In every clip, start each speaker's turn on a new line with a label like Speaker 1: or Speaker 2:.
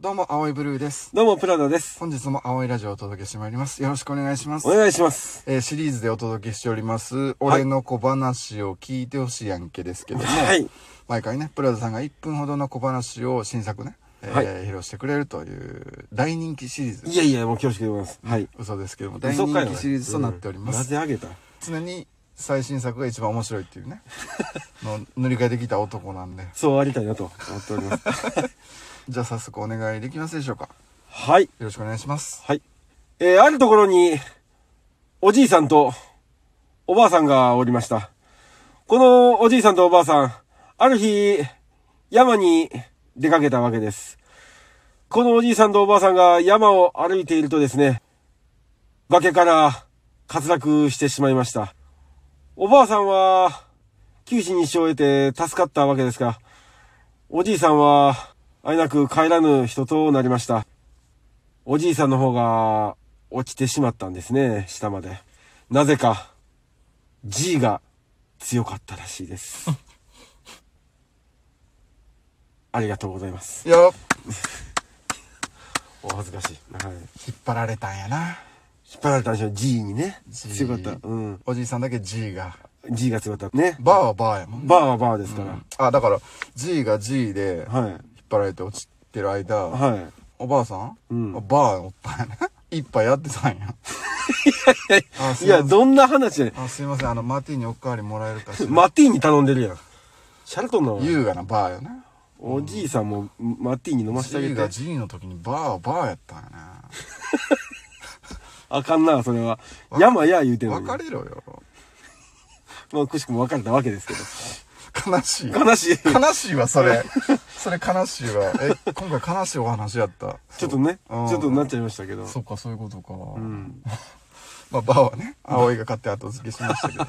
Speaker 1: どうも、青いブルーです。
Speaker 2: どうも、プラダです。
Speaker 1: 本日も青いラジオをお届けしてまいります。よろしくお願いします
Speaker 2: お。願いします。
Speaker 1: えーシリーズでお届けしております、俺の小話を聞いてほしいやんけですけども、
Speaker 2: はい。
Speaker 1: 毎回ね、プラザさんが1分ほどの小話を新作ね、えー
Speaker 2: はい
Speaker 1: 披露してくれるという大人気シリーズ。
Speaker 2: いやいや、もう恐縮でございます。はい。
Speaker 1: 嘘ですけども、大
Speaker 2: 嘘
Speaker 1: 人
Speaker 2: かよ
Speaker 1: 気シリーズとなっておりま
Speaker 2: うんな
Speaker 1: す。
Speaker 2: ぜあげた
Speaker 1: 常に最新作が一番面白いって いうね、の塗り替えてきた男なんで、
Speaker 2: そうありたいなと思っております。
Speaker 1: じゃあ早速お願いできますでしょうか。
Speaker 2: はい。
Speaker 1: よろしくお願いします。
Speaker 2: はい。えー、あるところに、おじいさんと、おばあさんがおりました。このおじいさんとおばあさん、ある日、山に出かけたわけです。このおじいさんとおばあさんが山を歩いているとですね、崖から滑落してしまいました。おばあさんは、九死に一生を得て助かったわけですが、おじいさんは、あいなく帰らぬ人となりました。おじいさんの方が落ちてしまったんですね、下まで。なぜか、G が強かったらしいです。 ありがとうございます。
Speaker 1: よっ
Speaker 2: お恥ずかしい。はい。
Speaker 1: 引っ張られたんやな。
Speaker 2: 引っ張られたんでしょ、G にね。
Speaker 1: G
Speaker 2: 強かった。うん。
Speaker 1: おじいさんだけ G が。
Speaker 2: G が強かった。ね。
Speaker 1: バーはバーやもん。
Speaker 2: バーはバーですから。
Speaker 1: あ、だから G が G で引っ
Speaker 2: はい。
Speaker 1: 張られて落ちてる間、
Speaker 2: はい。
Speaker 1: おばあさん、
Speaker 2: うん
Speaker 1: バーにおったんやね。 一杯やってたんや。あすい
Speaker 2: い
Speaker 1: ま
Speaker 2: や、
Speaker 1: せん
Speaker 2: どんな話やねん
Speaker 1: あすいません、あの、マーティーにおかわりもらえるか しら。
Speaker 2: マティーに頼んでるやん。シャルトンなの
Speaker 1: 優雅なバーよね。
Speaker 2: おじいさんもマティーに飲ませてあげ
Speaker 1: G が
Speaker 2: て。
Speaker 1: G の時にバーはバーやったんや
Speaker 2: あかんな、それは。山や言うてん
Speaker 1: な。
Speaker 2: のに。
Speaker 1: 別れろよ。
Speaker 2: まあ、くしくも別れたわけですけ
Speaker 1: 悲しい。
Speaker 2: ど。悲し い。
Speaker 1: 悲しいわ、そ れ。それ悲しいわ。え、今回悲しいお話やった。
Speaker 2: ちょっとね、ち
Speaker 1: うん
Speaker 2: ょっとなっちゃいましたけど。
Speaker 1: そっか、そういうことか。
Speaker 2: うん。
Speaker 1: まあ、バーはね、葵が買って後付けしましたけ ど。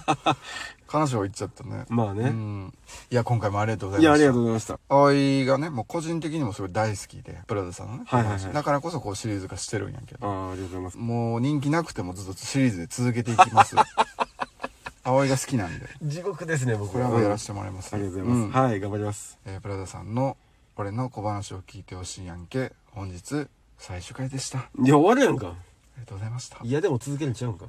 Speaker 1: 彼女は言っちゃったね。
Speaker 2: まあ
Speaker 1: う
Speaker 2: ね。
Speaker 1: ん。いや、今回もありがとうござい
Speaker 2: いや、
Speaker 1: ま
Speaker 2: あ
Speaker 1: した。
Speaker 2: りがとうございました。
Speaker 1: 葵がね、もう個人的にもすごい大好きで、プラザさんのね。
Speaker 2: はいはいはい
Speaker 1: だからこそこうシリーズ化してるんやけ
Speaker 2: あ
Speaker 1: ど。
Speaker 2: あ、ありがとうございま
Speaker 1: もう人気なくてもずっとシリーズで続けていき ます。葵が好きなんで。
Speaker 2: す。地獄ですね、僕
Speaker 1: これはもうやらせてもらいます。
Speaker 2: ありがとうございます。
Speaker 1: うん
Speaker 2: はい、頑張ります。
Speaker 1: えープラザさんの俺の小話を聞いてほしいやんけ。本日、最終回でした。あ
Speaker 2: いや、終わるやんか。
Speaker 1: りがとうございました。
Speaker 2: いや、でも続けるんちゃうんか。